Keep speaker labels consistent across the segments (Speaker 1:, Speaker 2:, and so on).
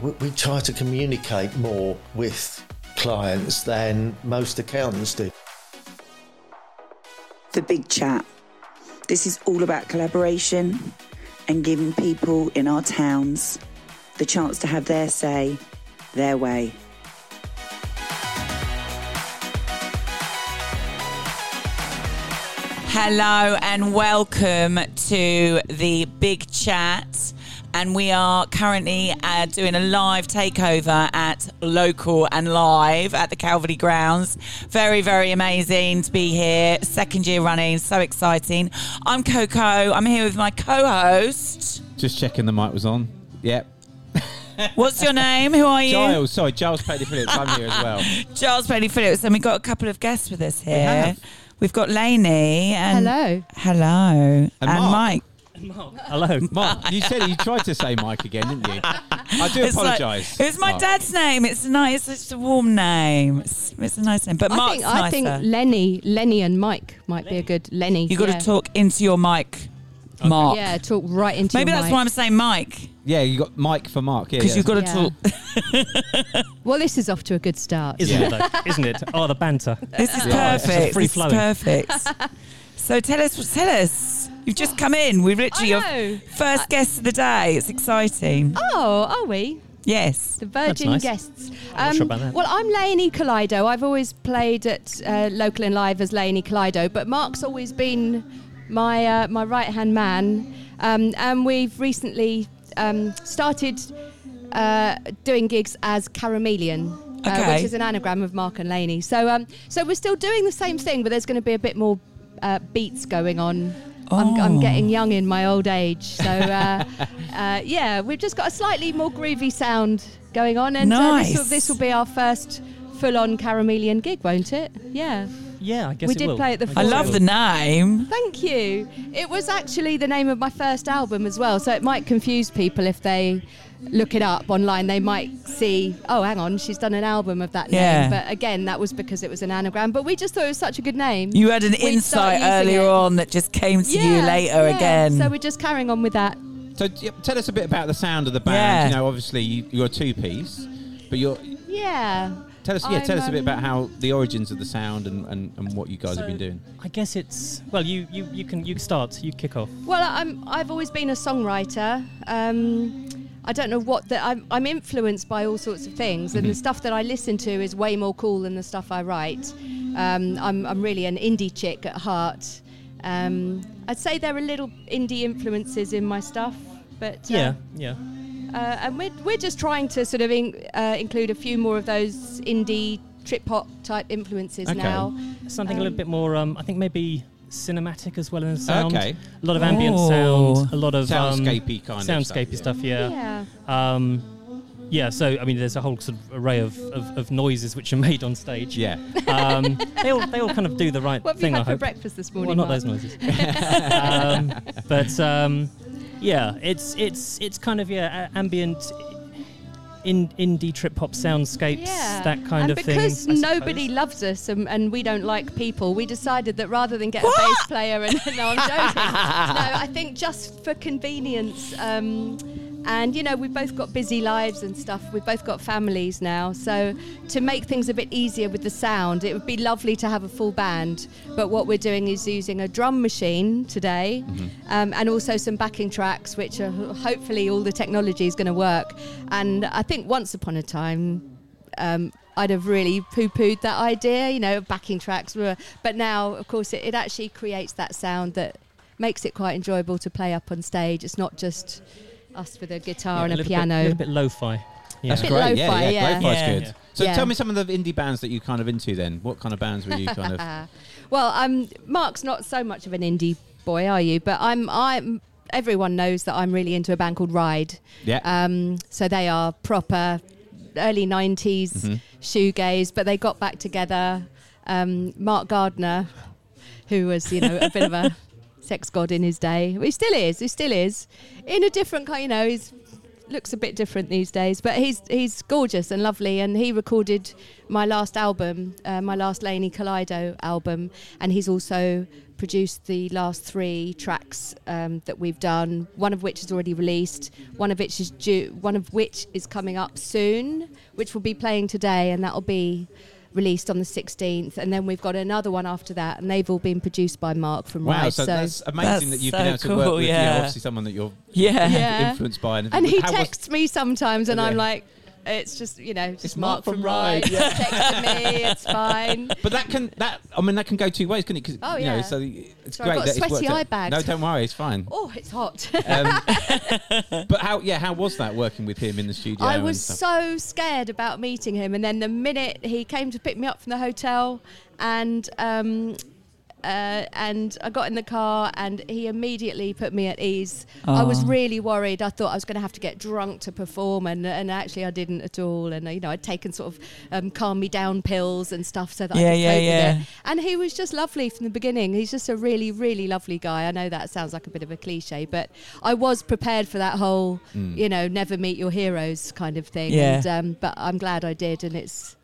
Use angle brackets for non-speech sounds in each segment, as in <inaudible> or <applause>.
Speaker 1: we, we try to communicate more with clients than most accountants do.
Speaker 2: The Big Chat. This is all about collaboration and giving people in our towns the chance to have their say, their way.
Speaker 3: Hello and welcome to the big chat. And we are currently uh, doing a live takeover at local and live at the Calvary Grounds. Very, very amazing to be here. Second year running, so exciting. I'm Coco. I'm here with my co host.
Speaker 4: Just checking the mic was on. Yep.
Speaker 3: What's your name? Who are you?
Speaker 4: Giles, sorry, Giles Paddy Phillips, I'm here as well.
Speaker 3: <laughs> Giles Bailey Phillips. And we've got a couple of guests with us here. We have got Lainey and
Speaker 5: Hello.
Speaker 3: hello and,
Speaker 4: Mark.
Speaker 3: Mike.
Speaker 6: Hello.
Speaker 4: Mark, you said you tried to say Mike again, didn't you? I do
Speaker 3: It's like-
Speaker 4: apologise.
Speaker 3: it's my
Speaker 4: Mark.
Speaker 3: dad's name. It's a nice. It's a warm name. It's, it's a nice name. But
Speaker 5: I
Speaker 3: Mark's
Speaker 5: think I think
Speaker 3: nicer.
Speaker 5: Lenny, Lenny and Mike might be a good Lenny.
Speaker 3: you got to
Speaker 5: yeah.
Speaker 3: talk into your mic, Mark.
Speaker 5: Yeah, talk right into.
Speaker 3: Maybe
Speaker 5: your
Speaker 3: that's
Speaker 5: mic.
Speaker 3: why I'm saying Mike
Speaker 4: Yeah, you got Mike for Mark. Yeah, yeah.
Speaker 3: because you've got to
Speaker 5: Yeah. <laughs>
Speaker 3: talk.
Speaker 5: Well, this is off to a good start.
Speaker 6: Isn't
Speaker 4: Yeah.
Speaker 6: it though? Isn't it? Oh, the banter.
Speaker 3: This is
Speaker 4: Yeah. It's
Speaker 3: perfect.
Speaker 6: just free
Speaker 3: This is
Speaker 6: flowing.
Speaker 5: <laughs>
Speaker 3: perfect. so tell us. Tell us. You've just come in. We've literally
Speaker 5: know.
Speaker 3: your first guest of the day. It's exciting.
Speaker 5: Uh, Oh, are we?
Speaker 3: Yes.
Speaker 5: The Virgin
Speaker 6: nice.
Speaker 5: guests. Um,
Speaker 6: not sure about that.
Speaker 5: Well, I'm Lainey Kaleido. I've always played at uh, local and live as Lainey Kaleido, but Mark's always been my uh, my right hand man, um, and we've recently um, started uh, doing gigs as Caramelian. Uh,
Speaker 3: Okay.
Speaker 5: which is an anagram of Mark and Laney. So, um, so we're still doing the same thing, but there's going to be a bit more uh, beats going on. I'm, I'm
Speaker 3: Oh.
Speaker 5: getting young in my old age,
Speaker 3: <laughs>
Speaker 5: so uh, uh, yeah, we've just got a slightly more groovy sound going on, and uh, this, will,
Speaker 3: Nice.
Speaker 5: this will be our first full-on Caramelian gig, won't it? Yeah.
Speaker 6: Yeah, I guess
Speaker 5: We
Speaker 6: it
Speaker 5: did
Speaker 6: will.
Speaker 5: play at the
Speaker 6: guess
Speaker 3: I
Speaker 6: it
Speaker 3: love
Speaker 6: will.
Speaker 3: the name.
Speaker 5: Thank you. It was actually the name of my first album as well, so it might confuse people if they look it up online. They might see, oh, hang on, she's done an album of that
Speaker 3: Yeah.
Speaker 5: name. But again, that was because it was an anagram. But we just thought it was such a good name.
Speaker 3: You had an
Speaker 5: We'd start
Speaker 3: insight
Speaker 5: using
Speaker 3: earlier
Speaker 5: it.
Speaker 3: on that just came to you
Speaker 5: Yeah,
Speaker 3: later
Speaker 5: yeah.
Speaker 3: again.
Speaker 5: So we're just carrying on with that.
Speaker 4: So t- tell us a bit about the sound of the band.
Speaker 3: Yeah.
Speaker 4: You know, obviously you, you're a two piece, but you're
Speaker 5: Yeah.
Speaker 4: tell us yeah tell us a bit
Speaker 5: I'm,
Speaker 4: about
Speaker 5: um,
Speaker 4: how the origins of the sound and, and, and what you guys have been doing.
Speaker 6: I guess it's well. You you you can you start. You kick off.
Speaker 5: Well, I'm, I've always been a songwriter. Um, I don't know what that I'm, I'm influenced by all sorts of things,
Speaker 6: Mm-hmm.
Speaker 5: and the stuff that I listen to is way more cool than the stuff I write. Um, I'm, I'm really an indie chick at heart. Um, I'd say there are little indie influences in my stuff, but uh,
Speaker 6: Yeah, yeah.
Speaker 5: uh, and we're, we're just trying to sort of in, uh, include a few more of those indie trip hop type influences
Speaker 4: Okay.
Speaker 5: now.
Speaker 6: Something a
Speaker 5: um,
Speaker 6: little bit more. Um, I think maybe cinematic as well in the sound.
Speaker 4: Okay.
Speaker 6: A lot of ambient sound. A lot of um,
Speaker 4: Soundscapey kind of stuff,
Speaker 6: soundscapey
Speaker 4: yeah.
Speaker 6: stuff. Yeah. Yeah. Um, yeah. So I mean, there's a whole sort of array of, of, of noises which are made on stage.
Speaker 4: Yeah.
Speaker 6: Um, they all they all kind of do the right
Speaker 5: What have
Speaker 6: thing.
Speaker 5: you
Speaker 6: I
Speaker 5: had for
Speaker 6: hope.
Speaker 5: breakfast this
Speaker 6: Well,
Speaker 5: morning?
Speaker 6: not
Speaker 5: Mark?
Speaker 6: those noises.
Speaker 4: <laughs>
Speaker 6: um, but um, yeah, it's it's it's kind of yeah, a- ambient, in, indie trip hop soundscapes, that kind
Speaker 5: and
Speaker 6: of thing.
Speaker 5: because
Speaker 6: I
Speaker 5: nobody
Speaker 6: suppose.
Speaker 5: loves us and, and we don't like people, we decided that rather than get
Speaker 3: What?
Speaker 5: a bass player and <laughs> no,
Speaker 6: <laughs>
Speaker 5: I'm joking. no, I think just for convenience. Um, and you know we've both got busy lives and stuff. We've both got families now, so to make things a bit easier with the sound, it would be lovely to have a full band. But what we're doing is using a drum machine today, um, and also some backing tracks, which are hopefully all the technology is going to work. And I think once upon a time, um, I'd have really poo-pooed that idea, you know, backing tracks were. But now, of course, it, it actually creates that sound that makes it quite enjoyable to play up on stage. It's not just us with a guitar
Speaker 6: Yeah,
Speaker 5: and a,
Speaker 6: little bit-
Speaker 5: piano.
Speaker 6: little bit lo-fi. Yeah.
Speaker 4: That's
Speaker 5: Bit
Speaker 4: great. yeah,
Speaker 5: lo-fi,
Speaker 4: yeah,
Speaker 5: yeah.
Speaker 4: lo-fi's
Speaker 3: Yeah.
Speaker 4: good.
Speaker 6: Yeah.
Speaker 4: So
Speaker 5: Yeah.
Speaker 4: tell me some of the indie bands that you kind of into then. What kind of bands were you kind of?
Speaker 5: <laughs> Well, um, Mark's not so much of an indie boy, are you? But I'm. I'm. Everyone knows that I'm really into a band called Ride.
Speaker 4: Yeah.
Speaker 5: Um, so they are proper early 90s
Speaker 4: Mm-hmm.
Speaker 5: shoegaze, but they got back together. Um, Mark Gardner, who was, you know, a bit
Speaker 4: <laughs>
Speaker 5: of a sex god in his day, he still is, he still is, in a different kind, you know, he's looks a bit different these days, but he's he's gorgeous and lovely. And he recorded my last album, uh, my last Laney Kaleido album, and he's also produced the last three tracks um, that we've done. One of which is already released. One of which is due. One of which is coming up soon, which will be playing today, and that'll be. Released on the 16th, and then we've got another one after that, and they've all been produced by Mark from
Speaker 7: Wow,
Speaker 5: Rise.
Speaker 7: so, that's amazing that
Speaker 3: That's
Speaker 7: you've
Speaker 3: so
Speaker 7: been able to work
Speaker 3: cool,
Speaker 7: with you know,
Speaker 3: yeah.
Speaker 7: obviously someone that you're
Speaker 3: Yeah.
Speaker 5: Yeah.
Speaker 7: influenced by. And,
Speaker 5: And he
Speaker 7: how was-
Speaker 5: texts me sometimes, and I'm
Speaker 7: Yeah.
Speaker 5: like, it's just you know, just
Speaker 7: It's Mark
Speaker 5: Mark,
Speaker 7: from
Speaker 5: from Ride.
Speaker 7: Ryde,
Speaker 5: Yeah. <laughs> Texting me, it's fine.
Speaker 7: but that can that I mean that can go two ways, can it? 'Cause,
Speaker 5: Oh,
Speaker 7: you
Speaker 5: yeah.
Speaker 7: know, so it's
Speaker 5: So I've
Speaker 7: great
Speaker 5: got
Speaker 7: that it's
Speaker 5: sweaty
Speaker 7: worked out.
Speaker 5: eye bags.
Speaker 7: No, don't worry, it's fine.
Speaker 5: Oh, it's hot. <laughs>
Speaker 3: <laughs>
Speaker 7: Um, but how? Yeah, how was that working with him in the studio?
Speaker 5: I
Speaker 7: and
Speaker 5: was
Speaker 7: stuff?
Speaker 5: so scared about meeting him, and then the minute he came to pick me up from the hotel, and um, uh, and I got in the car, and he immediately put me at ease. I
Speaker 3: Ah.
Speaker 5: was really worried. I thought I was going to have to get drunk to perform, and and actually I didn't at all. And uh, you know I'd taken sort of um, calm me down pills and stuff so that
Speaker 3: Yeah,
Speaker 5: I could
Speaker 3: yeah,
Speaker 5: cope
Speaker 3: yeah.
Speaker 5: with it. And he was just lovely from the beginning. He's just a really, really lovely guy. I know that sounds like a bit of a cliche, but I was prepared for that whole, you know, never meet your heroes kind of thing.
Speaker 3: Mm. Yeah.
Speaker 5: And, um, but I'm glad I did, and it's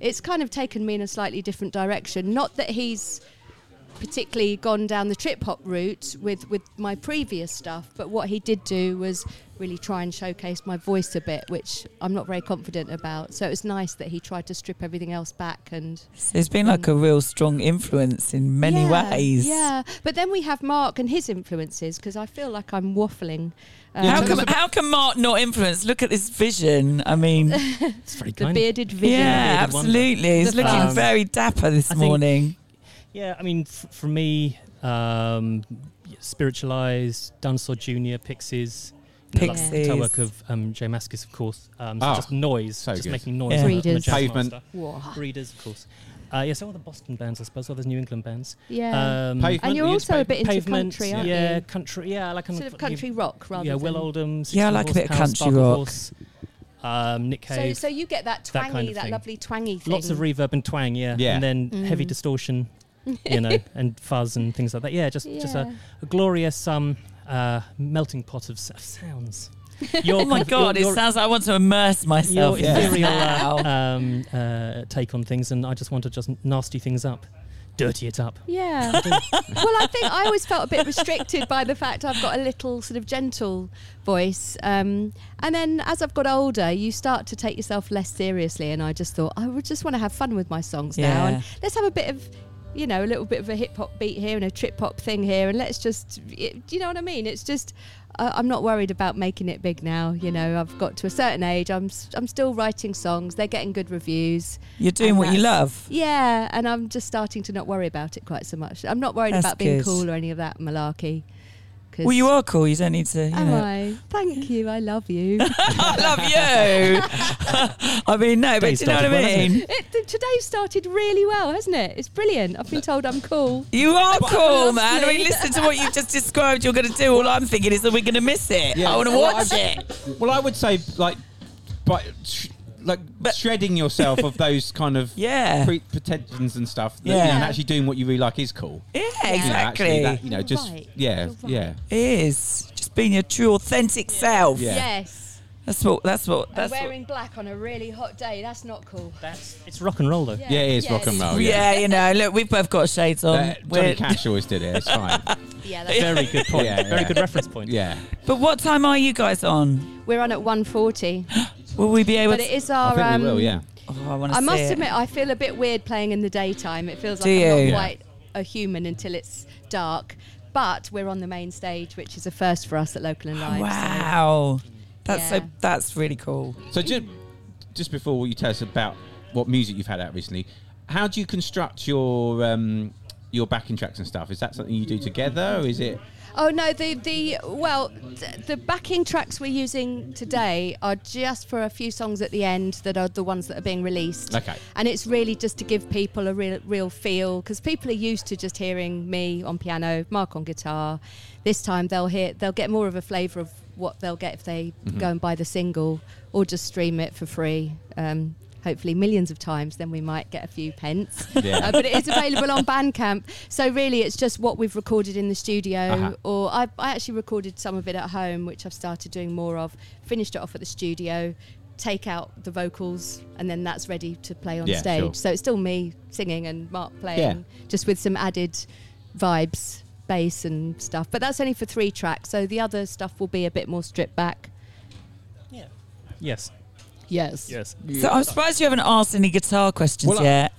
Speaker 5: it's kind of taken me in a slightly different direction. Not that he's particularly gone down the trip hop route with with my previous stuff, but what he did do was really try and showcase my voice a bit, which I'm not very confident about. So it was nice that he tried to strip everything else back and
Speaker 3: So it's been like a real strong influence in many
Speaker 5: yeah,
Speaker 3: ways.
Speaker 5: Yeah, but then we have Mark and his influences because I feel like I'm waffling. Um,
Speaker 3: How come, how can Mark not influence? Look at this vision. I mean,
Speaker 6: It's very
Speaker 5: the
Speaker 6: kind.
Speaker 5: bearded vision?
Speaker 3: yeah,
Speaker 6: bearded wonder.
Speaker 3: absolutely. He's
Speaker 5: The
Speaker 3: looking
Speaker 6: Um,
Speaker 3: very dapper this
Speaker 6: I think-
Speaker 3: morning.
Speaker 6: Yeah, I mean, f- for me, um, spiritualized, Dinosaur Junior, Pixies, you know, like the
Speaker 3: Pixies.
Speaker 6: guitar work of um, Jay Mascis, of course. Um, so
Speaker 7: Ah,
Speaker 6: just noise,
Speaker 7: so
Speaker 6: just
Speaker 7: good.
Speaker 6: making noise.
Speaker 3: Yeah.
Speaker 6: I'm a- I'm a
Speaker 5: Breeders.
Speaker 6: jazz
Speaker 7: Pavement.
Speaker 6: master.
Speaker 5: Whoa.
Speaker 6: Breeders, of course. Uh, yes, all the Boston bands, I suppose, all those New England bands.
Speaker 5: Yeah.
Speaker 6: Um,
Speaker 7: Pavement,
Speaker 5: and you're
Speaker 7: you
Speaker 5: also a
Speaker 7: spoke-
Speaker 5: bit Uh, into
Speaker 6: Pavement,
Speaker 5: country, aren't
Speaker 6: yeah,
Speaker 5: you?
Speaker 6: country, yeah, I like kind
Speaker 5: Sort of country rock rather
Speaker 6: yeah,
Speaker 5: than...
Speaker 6: Will Oldham.
Speaker 3: Yeah, I like a bit of
Speaker 6: 16
Speaker 3: country
Speaker 6: horsepower,
Speaker 3: rock.
Speaker 6: Sparkle Horse, um, Nick
Speaker 5: So,
Speaker 6: Cave.
Speaker 5: so you get that
Speaker 6: that
Speaker 5: twangy,
Speaker 6: kind
Speaker 5: that,
Speaker 6: of thing.
Speaker 5: lovely twangy thing.
Speaker 6: lots of reverb and twang, yeah,
Speaker 7: Yeah.
Speaker 6: and then
Speaker 3: Mm.
Speaker 6: heavy distortion,
Speaker 3: <laughs>
Speaker 6: you know, and fuzz and things like that. Yeah, just just a,
Speaker 5: Yeah.
Speaker 6: a glorious um uh, melting pot of s- of
Speaker 3: <laughs>
Speaker 6: sounds. Your
Speaker 3: Oh my
Speaker 6: kind of- your-
Speaker 3: God, it
Speaker 6: your-
Speaker 3: sounds like I want to immerse myself
Speaker 6: your
Speaker 3: in this
Speaker 6: ethereal
Speaker 3: now.
Speaker 6: uh, um, uh, take on things, and I just want to just nasty things up, dirty it up.
Speaker 5: Yeah. well, I think I always felt a bit restricted by the fact I've got a little sort of gentle voice. Um, and then as I've got older, you start to take yourself less seriously. And I just thought, I would just want to have fun with my songs now.
Speaker 3: Yeah.
Speaker 5: And let's have a bit of, you know, a little bit of a hip hop beat here and a trip hop thing here. And let's just, it, do you know what I mean? It's just. I- I'm not worried about making it big now. You know, I've got to a certain age. I'm s- I'm still writing songs. They're getting good reviews.
Speaker 3: You're doing
Speaker 5: And
Speaker 3: what you
Speaker 5: that's-
Speaker 3: love.
Speaker 5: Yeah, and I'm just starting to not worry about it quite so much. I'm not worried
Speaker 3: That's
Speaker 5: about being
Speaker 3: good.
Speaker 5: cool or any of that malarkey. 'cause-
Speaker 3: Well, you are cool. You don't need to. You
Speaker 5: Am
Speaker 3: know.
Speaker 5: I? Thank you. I love
Speaker 3: <laughs>
Speaker 5: you.
Speaker 3: I love you. <laughs> I mean, no, but
Speaker 6: Day's
Speaker 3: do you know what I
Speaker 6: started well, hasn't
Speaker 3: mean?
Speaker 5: it, th- today started really well, hasn't it? It's brilliant. I've been told I'm cool.
Speaker 3: You are cool, man. I mean,
Speaker 5: honestly.
Speaker 3: listen to what you've just described. You're going to do. All I'm thinking is, are we going to miss it?
Speaker 7: Yeah.
Speaker 3: I want to
Speaker 7: Well,
Speaker 3: watch
Speaker 7: I've-
Speaker 3: it.
Speaker 7: Well, I would say like, but sh- like
Speaker 3: But-
Speaker 7: shredding yourself of those kind of
Speaker 3: Yeah.
Speaker 7: pre- pretensions and stuff. That, you know,
Speaker 3: Yeah.
Speaker 7: and actually doing what you really like is cool. You
Speaker 3: Yeah,
Speaker 7: know, actually,
Speaker 3: exactly.
Speaker 7: that, you know,
Speaker 5: You're
Speaker 7: just
Speaker 5: right.
Speaker 7: yeah,
Speaker 5: You're right.
Speaker 7: yeah.
Speaker 3: It is just being your true, authentic self.
Speaker 7: Yeah.
Speaker 5: Yes.
Speaker 3: That's what. That's what.
Speaker 5: And
Speaker 3: That's what.
Speaker 5: wearing black on a really hot day, that's not cool.
Speaker 6: That's it's rock and roll though.
Speaker 7: Yeah, it is
Speaker 5: Yeah,
Speaker 7: rock and
Speaker 5: it's-
Speaker 7: roll. Oh, Yeah,
Speaker 3: yeah. you know. Look, we've both got shades on.
Speaker 7: Uh, Johnny
Speaker 3: We're-
Speaker 7: Cash always did it. It's fine.
Speaker 5: Yeah, that's
Speaker 6: Very good point.
Speaker 7: Yeah,
Speaker 6: Very
Speaker 7: yeah.
Speaker 6: good reference point.
Speaker 7: Yeah,
Speaker 3: but what time are you guys on?
Speaker 5: We're on at 140,
Speaker 3: Will we be able?
Speaker 5: but
Speaker 3: to
Speaker 5: it is
Speaker 7: I
Speaker 5: our.
Speaker 7: think
Speaker 5: um,
Speaker 7: we will. Yeah,
Speaker 3: Oh, I want to.
Speaker 5: I must
Speaker 3: see it.
Speaker 5: admit, I feel a bit weird playing in the daytime. It feels like
Speaker 3: Do
Speaker 5: I'm
Speaker 3: you?
Speaker 5: not quite a human until it's dark. But we're on the main stage, which is a first for us at Local and Live. so-
Speaker 3: Wow. That's
Speaker 5: Yeah.
Speaker 3: so. That's really cool.
Speaker 7: So just just before you tell us about what music you've had out recently, how
Speaker 3: <laughs>
Speaker 7: do you construct your um, your backing tracks and stuff? Is that something you do together? Or is it
Speaker 5: Oh no, the the well, th- the backing tracks we're using today are just for a few songs at the end that are the ones that are being released.
Speaker 7: Okay.
Speaker 5: And it's really just to give people a real real feel because people are used to just hearing me on piano, Mark on guitar. This time they'll hear they'll get more of a flavour of what they'll get if they
Speaker 7: Mhm.
Speaker 5: go and buy the single or just stream it for free. Um, Hopefully, millions of times, then we might get a few pence.
Speaker 8: Yeah.
Speaker 5: Uh, but it is available on Bandcamp. So, really, it's just what we've recorded in the studio
Speaker 8: Uh-huh.
Speaker 5: or I, I actually recorded some of it at home, which I've started doing more of. Finished it off at the studio, take out the vocals, and then that's ready to play on
Speaker 8: Yeah,
Speaker 5: stage.
Speaker 8: sure.
Speaker 5: So it's still me singing and Mark playing,
Speaker 8: Yeah.
Speaker 5: just with some added vibes, bass and stuff. But that's only for three tracks, so the other stuff will be a bit more stripped back.
Speaker 6: Yes.
Speaker 5: Yes.
Speaker 6: Yes.
Speaker 3: So I'm surprised you haven't asked any guitar questions
Speaker 7: Well, I-
Speaker 3: yet.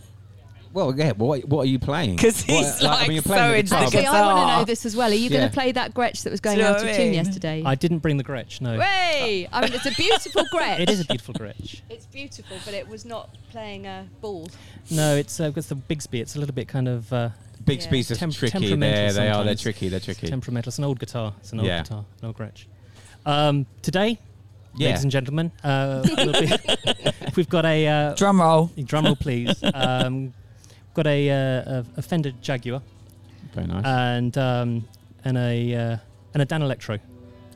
Speaker 7: Well, yeah. What, what are you playing?
Speaker 3: 'Cause
Speaker 7: What-
Speaker 3: he's,
Speaker 7: I
Speaker 3: like,
Speaker 7: mean, you're playing
Speaker 3: so
Speaker 7: the
Speaker 3: into
Speaker 7: guitar,
Speaker 5: Actually,
Speaker 7: but-
Speaker 5: I want to know this as well. Are you going
Speaker 7: Yeah.
Speaker 5: to play that Gretsch that was going
Speaker 3: Do you know
Speaker 5: out
Speaker 3: what
Speaker 5: of
Speaker 3: I
Speaker 5: tune
Speaker 3: mean?
Speaker 5: yesterday?
Speaker 6: I didn't bring the Gretsch,
Speaker 3: <laughs>
Speaker 6: no.
Speaker 5: Way! I mean, it's a beautiful
Speaker 6: <laughs>
Speaker 5: Gretsch.
Speaker 6: It is a beautiful Gretsch.
Speaker 5: It's beautiful, but it was not playing a ball.
Speaker 6: No, it's uh, it's the Bigsby. It's a little bit kind of. Uh,
Speaker 7: Bigsby's are tricky. They're- they are. They're
Speaker 6: sometimes.
Speaker 7: tricky. They're
Speaker 6: It's
Speaker 7: tricky.
Speaker 6: temperamental. It's an old guitar. It's an old
Speaker 7: Yeah.
Speaker 6: guitar. An old Gretsch. Um, today,
Speaker 7: Yeah.
Speaker 6: ladies and gentlemen, uh, we'll be, <laughs> we've got a uh,
Speaker 3: drum roll.
Speaker 6: Drum roll, please. Um, we've got a, uh, a, a Fender Jaguar.
Speaker 7: Very nice.
Speaker 6: And um, and a uh, and a Dan Electro.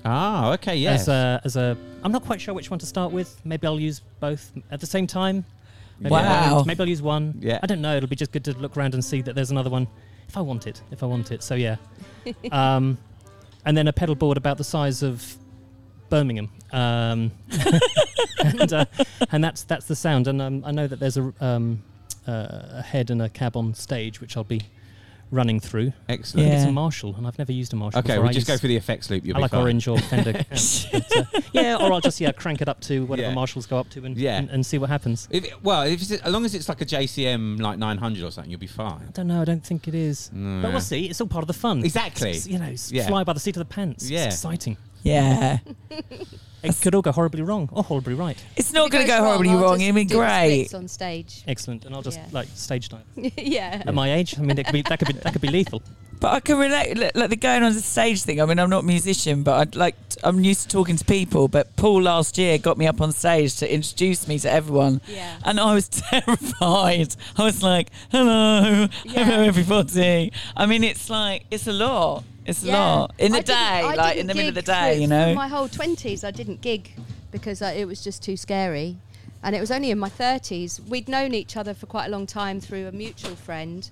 Speaker 7: Ah, okay, yes.
Speaker 6: As a, as a, I'm not quite sure which one to start with. Maybe I'll use both at the same time. Maybe
Speaker 3: Wow.
Speaker 6: I'll, maybe I'll use one.
Speaker 7: Yeah.
Speaker 6: I don't know. It'll be just good to look around and see that there's another one if I want it. If I want it. So yeah. um, and then a pedal board about the size of Birmingham. Um, <laughs> and, uh, and that's that's the sound. And um, I know that there's a um, uh, a head and a cab on stage, which I'll be running through.
Speaker 7: Excellent.
Speaker 6: I think It's
Speaker 7: Yeah.
Speaker 6: a Marshall, and I've never used a Marshall.
Speaker 7: Okay,
Speaker 6: before.
Speaker 7: we'll
Speaker 6: I
Speaker 7: just
Speaker 6: use-
Speaker 7: go through the effects loop, you'll
Speaker 6: I
Speaker 7: be
Speaker 6: like
Speaker 7: fine. <laughs>
Speaker 6: orange or Fender. amps, but, uh, yeah, or I'll just yeah crank it up to whatever
Speaker 7: Yeah.
Speaker 6: Marshalls go up to and,
Speaker 7: Yeah.
Speaker 6: and and see what happens.
Speaker 7: If, well, if it's, as long as it's like a JCM like 900 or something, you'll be fine.
Speaker 6: I don't know. I don't think it is.
Speaker 7: No.
Speaker 6: But we'll see. It's all part of the fun.
Speaker 7: Exactly.
Speaker 6: It's- you know, it's
Speaker 7: Yeah.
Speaker 6: fly by the seat of the pants.
Speaker 7: Yeah.
Speaker 6: It's exciting. <laughs>
Speaker 3: Yeah.
Speaker 6: it could all go horribly wrong or horribly right.
Speaker 3: It's not going to go horribly
Speaker 5: I'll
Speaker 3: wrong.
Speaker 5: just
Speaker 3: It'll be
Speaker 5: do the
Speaker 3: great.
Speaker 5: splits on stage. <laughs>
Speaker 6: Excellent. And I'll just
Speaker 5: Yeah.
Speaker 6: like stage dive.
Speaker 5: yeah.
Speaker 6: At my age, I mean, it could be, that could be that could be lethal.
Speaker 3: But I can relate, li- like the going on the stage thing. I mean, I'm not a musician, but I'd like, t- I'm used to talking to people. But Paul last year got me up on stage to introduce me to everyone.
Speaker 8: Yeah.
Speaker 3: And I was <laughs> terrified. I was like, <laughs> hello, hello, everybody. I mean, it's like, it's a lot. It's a lot. In the
Speaker 5: I
Speaker 3: day,
Speaker 5: didn't- I
Speaker 3: like in
Speaker 5: didn't
Speaker 3: the middle of the
Speaker 5: gig
Speaker 3: day,
Speaker 5: for-
Speaker 3: you know?
Speaker 5: for My whole twenties, I didn't gig because I, it was just too scary, and it was only in my thirties. We'd known each other for quite a long time through a mutual friend,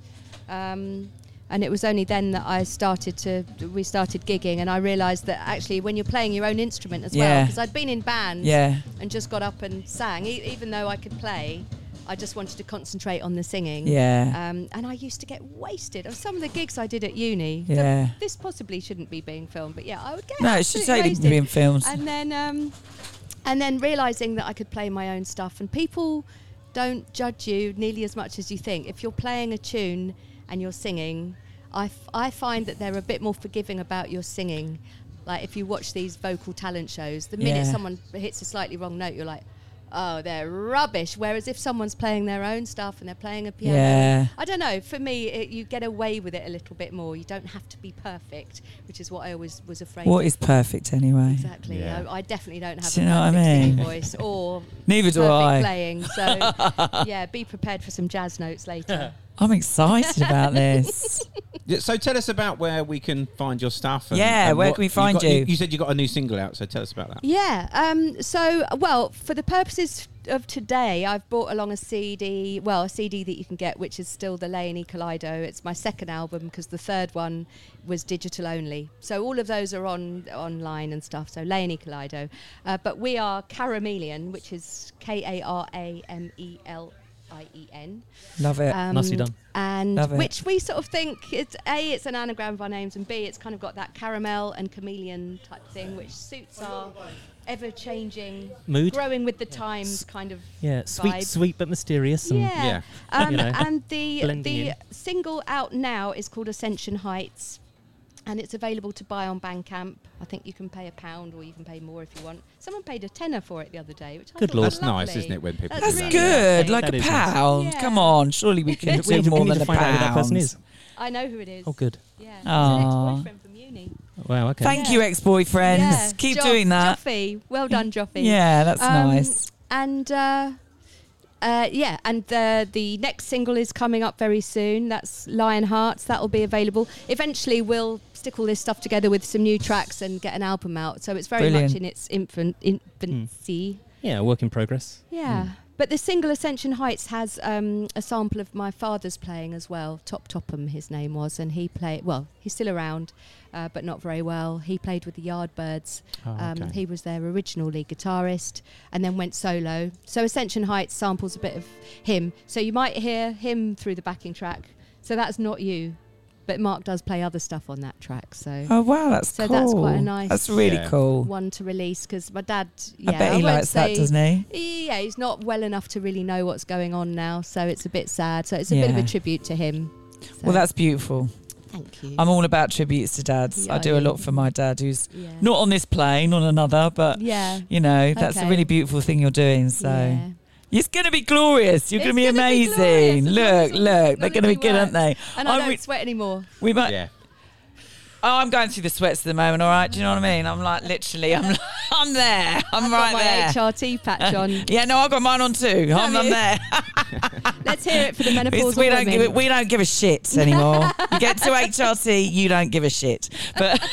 Speaker 5: um, and it was only then that I started to we started gigging, and I realised that actually when you're playing your own instrument as well,
Speaker 3: Yeah.
Speaker 5: because I'd been in bands
Speaker 3: Yeah.
Speaker 5: and just got up and sang, e- even though I could play. I just wanted to concentrate on the singing.
Speaker 3: Yeah.
Speaker 5: Um, and I used to get wasted. And Some of the gigs I did at uni, the-
Speaker 3: Yeah.
Speaker 5: this possibly shouldn't be being filmed, but yeah, I would get
Speaker 3: No, it should
Speaker 5: absolutely
Speaker 3: totally be
Speaker 5: wasted.
Speaker 3: being filmed.
Speaker 5: And then, um, and then realizing that I could play my own stuff, and people don't judge you nearly as much as you think. If you're playing a tune and you're singing, I, f- I find that they're a bit more forgiving about your singing. Like if you watch these vocal talent shows, the minute
Speaker 8: Yeah.
Speaker 5: someone hits a slightly wrong note, you're like. Oh, they're rubbish. Whereas if someone's playing their own stuff and they're playing a piano,
Speaker 3: Yeah.
Speaker 5: I don't know. For me, it, you get away with it a little bit more. You don't have to be perfect, which is what I always was afraid.
Speaker 3: What
Speaker 5: of.
Speaker 3: is perfect anyway?
Speaker 5: Exactly.
Speaker 3: Yeah.
Speaker 5: I, I definitely don't have
Speaker 3: Do
Speaker 5: a
Speaker 3: you know what I
Speaker 5: perfect singing
Speaker 3: mean?
Speaker 5: voice or
Speaker 3: <laughs> Neither do
Speaker 5: perfect
Speaker 3: I. <laughs>
Speaker 5: playing. So yeah, be prepared for some jazz notes later.
Speaker 3: I'm excited about
Speaker 5: <laughs>
Speaker 3: this.
Speaker 7: Yeah, so tell us about where we can find your stuff. And,
Speaker 3: Yeah,
Speaker 7: and
Speaker 3: where
Speaker 7: what-
Speaker 3: can we find
Speaker 7: got-
Speaker 3: you?
Speaker 7: You said you got a new single out, so tell us about that.
Speaker 5: Yeah. Um, so, well, for the purposes of today, I've brought along a CD, well, a CD that you can get, which is still the Leonie Kaleido. It's my second album because the third one was digital only. So all of those are on online and stuff. So Leonie Kaleido. Uh, but we are Caramelian, which is K A R A M E L I E N.
Speaker 3: Love
Speaker 5: Um,
Speaker 3: it. Nicely done.
Speaker 5: And
Speaker 3: Love it.
Speaker 5: which we sort of think it's A, it's an anagram of our names, and B, it's kind of got that caramel and chameleon type thing, which suits our ever changing,
Speaker 6: Mood?
Speaker 5: growing with the times kind of
Speaker 6: Yeah, sweet,
Speaker 5: vibe.
Speaker 6: sweet but mysterious. And,
Speaker 5: Yeah. Um,
Speaker 6: you know,
Speaker 5: and the
Speaker 6: blending
Speaker 5: the
Speaker 6: in.
Speaker 5: single out now is called Ascension Heights, and it's available to buy on Bandcamp. I think you can pay a pound or you can pay more if you want. Someone paid a tenner for it the other day, which I
Speaker 7: Good
Speaker 5: thought
Speaker 7: lord.
Speaker 5: was
Speaker 7: That's nice,
Speaker 5: lovely.
Speaker 7: isn't it, when people
Speaker 3: That's
Speaker 7: do that?
Speaker 3: good.
Speaker 7: Yeah.
Speaker 3: Like
Speaker 7: That
Speaker 3: a
Speaker 7: is nice.
Speaker 3: pound.
Speaker 5: Yeah.
Speaker 3: Come on. Surely we
Speaker 5: We
Speaker 3: can
Speaker 5: need
Speaker 3: do
Speaker 5: to-
Speaker 3: more
Speaker 5: we need
Speaker 3: than
Speaker 5: to
Speaker 3: a
Speaker 6: find out
Speaker 3: pound.
Speaker 6: who that person is.
Speaker 5: I know who it is.
Speaker 6: Oh, good.
Speaker 5: Yeah.
Speaker 3: Aw.
Speaker 5: It's an ex-boyfriend from uni.
Speaker 6: Wow. Okay.
Speaker 3: Thank you, ex-boyfriends.
Speaker 5: Yeah.
Speaker 3: <laughs> Keep
Speaker 5: Joff-
Speaker 3: doing that.
Speaker 5: Joffy. Well done, Joffy.
Speaker 3: Yeah, that's
Speaker 5: Um,
Speaker 3: nice.
Speaker 5: And uh, uh, yeah, and the the next single is coming up very soon. That's Lion Hearts. That'll be available. Eventually, we'll stick all this stuff together with some new tracks and get an album out. So it's very
Speaker 3: Brilliant. Hmm.
Speaker 5: much in its infant infancy.
Speaker 6: Yeah. Work in progress.
Speaker 5: Yeah. But the single Ascension Heights has um, a sample of my father's playing as well. Top Topham, his name was, and he played. Well, he's still around, uh, but not very well. He played with the Yardbirds.
Speaker 9: Oh,
Speaker 5: Um,
Speaker 9: okay.
Speaker 5: he was their original lead guitarist, and then went solo. So Ascension Heights samples a bit of him. So you might hear him through the backing track. So that's not you, but Mark does play other stuff on that track. So
Speaker 3: Oh wow, that's
Speaker 5: So
Speaker 3: cool.
Speaker 5: that's quite a nice-
Speaker 3: That's really
Speaker 9: Yeah.
Speaker 3: cool.
Speaker 5: one to release because my dad. Yeah,
Speaker 3: I bet he
Speaker 5: won't
Speaker 3: likes that,
Speaker 5: say-
Speaker 3: doesn't he?
Speaker 5: yeah, he's not well enough to really know what's going on now, so it's a bit sad. So it's a bit of
Speaker 3: Yeah.
Speaker 5: a tribute to him. So
Speaker 3: Well, that's beautiful.
Speaker 5: thank you.
Speaker 3: I'm all about tributes to dads.
Speaker 5: Yeah,
Speaker 3: I do a
Speaker 5: yeah.
Speaker 3: lot for my dad, who's
Speaker 5: yeah.
Speaker 3: not on this plane, on another, but
Speaker 5: Yeah.
Speaker 3: you know, that's a
Speaker 5: Okay.
Speaker 3: really beautiful thing you're doing. So
Speaker 5: yeah.
Speaker 3: it's going to be glorious. You're
Speaker 5: It's
Speaker 3: going to be
Speaker 5: gonna be
Speaker 3: amazing.
Speaker 5: glorious.
Speaker 3: look,
Speaker 5: As long as-
Speaker 3: look,
Speaker 5: as
Speaker 3: they're
Speaker 5: long
Speaker 3: going to be
Speaker 5: as
Speaker 3: good,
Speaker 5: we
Speaker 3: aren't
Speaker 5: work.
Speaker 3: they?
Speaker 5: And I,
Speaker 3: I
Speaker 5: don't
Speaker 3: re- <laughs>
Speaker 5: sweat anymore.
Speaker 3: We might.
Speaker 9: Yeah.
Speaker 3: Oh, I'm going through the sweats at the moment. All right, do you know what I mean? I'm like literally, I'm, <laughs> I'm there. I'm
Speaker 5: I've
Speaker 3: right
Speaker 5: got my
Speaker 3: there. <laughs>
Speaker 5: HRT patch on.
Speaker 3: Yeah, no, I've got mine on too.
Speaker 5: <laughs>
Speaker 3: I'm,
Speaker 5: Have
Speaker 3: I'm
Speaker 5: you?
Speaker 3: there.
Speaker 5: <laughs> Let's hear it for the
Speaker 3: It's-
Speaker 5: menopause.
Speaker 3: we don't give it, we don't give a shit anymore. you get
Speaker 5: <laughs>
Speaker 3: to HRT, you don't give a shit. But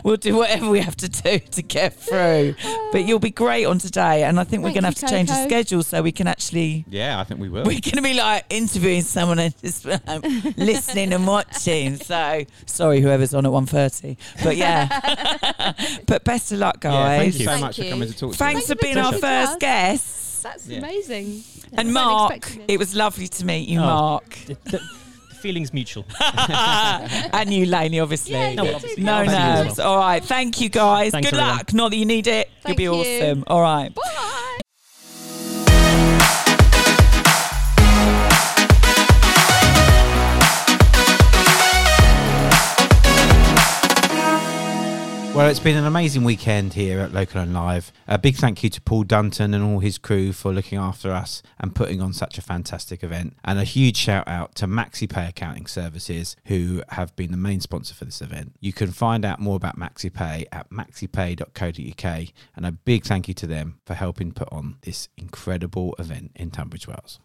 Speaker 3: <laughs> we'll do whatever we have to do to get through. But you'll be great on today, and I think we're
Speaker 5: Thank
Speaker 3: going to
Speaker 5: you,
Speaker 3: have to change the
Speaker 5: Coco.
Speaker 3: schedule so we can actually.
Speaker 9: Yeah, I think we will.
Speaker 3: We're going to be like interviewing someone and just um, listening and watching. So sorry, whoever's on at 1.30. But yeah, but best of luck,
Speaker 9: yeah,
Speaker 3: guys.
Speaker 9: thank you so
Speaker 5: Thank
Speaker 9: much
Speaker 5: you.
Speaker 9: for coming to talk to
Speaker 3: Thanks
Speaker 9: us.
Speaker 3: for
Speaker 5: you for
Speaker 3: being our
Speaker 5: talking to
Speaker 3: first
Speaker 5: us.
Speaker 3: guest.
Speaker 5: That's
Speaker 9: Yeah.
Speaker 5: amazing.
Speaker 3: And
Speaker 5: I wasn't
Speaker 3: Mark,
Speaker 5: expecting
Speaker 3: it was lovely to meet you,
Speaker 6: Oh.
Speaker 3: Mark.
Speaker 6: The, the, the feeling's <laughs> mutual.
Speaker 3: <laughs> and you, Laney, obviously.
Speaker 5: Yeah,
Speaker 6: No,
Speaker 5: you
Speaker 6: obviously.
Speaker 5: too,
Speaker 3: No
Speaker 6: Thank you
Speaker 5: guys.
Speaker 6: as
Speaker 3: nerves. All right. Thank you, guys.
Speaker 6: Thanks,
Speaker 3: Good
Speaker 6: everyone.
Speaker 3: luck. Not that you need it.
Speaker 5: Thank
Speaker 3: You'll
Speaker 5: you.
Speaker 3: be awesome. All right.
Speaker 5: Bye.
Speaker 7: Well, it's been an amazing weekend here at Local and Live. A big thank you to Paul Dunton and all his crew for looking after us and putting on such a fantastic event. And a huge shout out to Maxi Pay Accounting Services, who have been the main sponsor for this event. You can find out more about Maxi Pay at maxipay.co.uk. And a big thank you to them for helping put on this incredible event in Tunbridge Wells.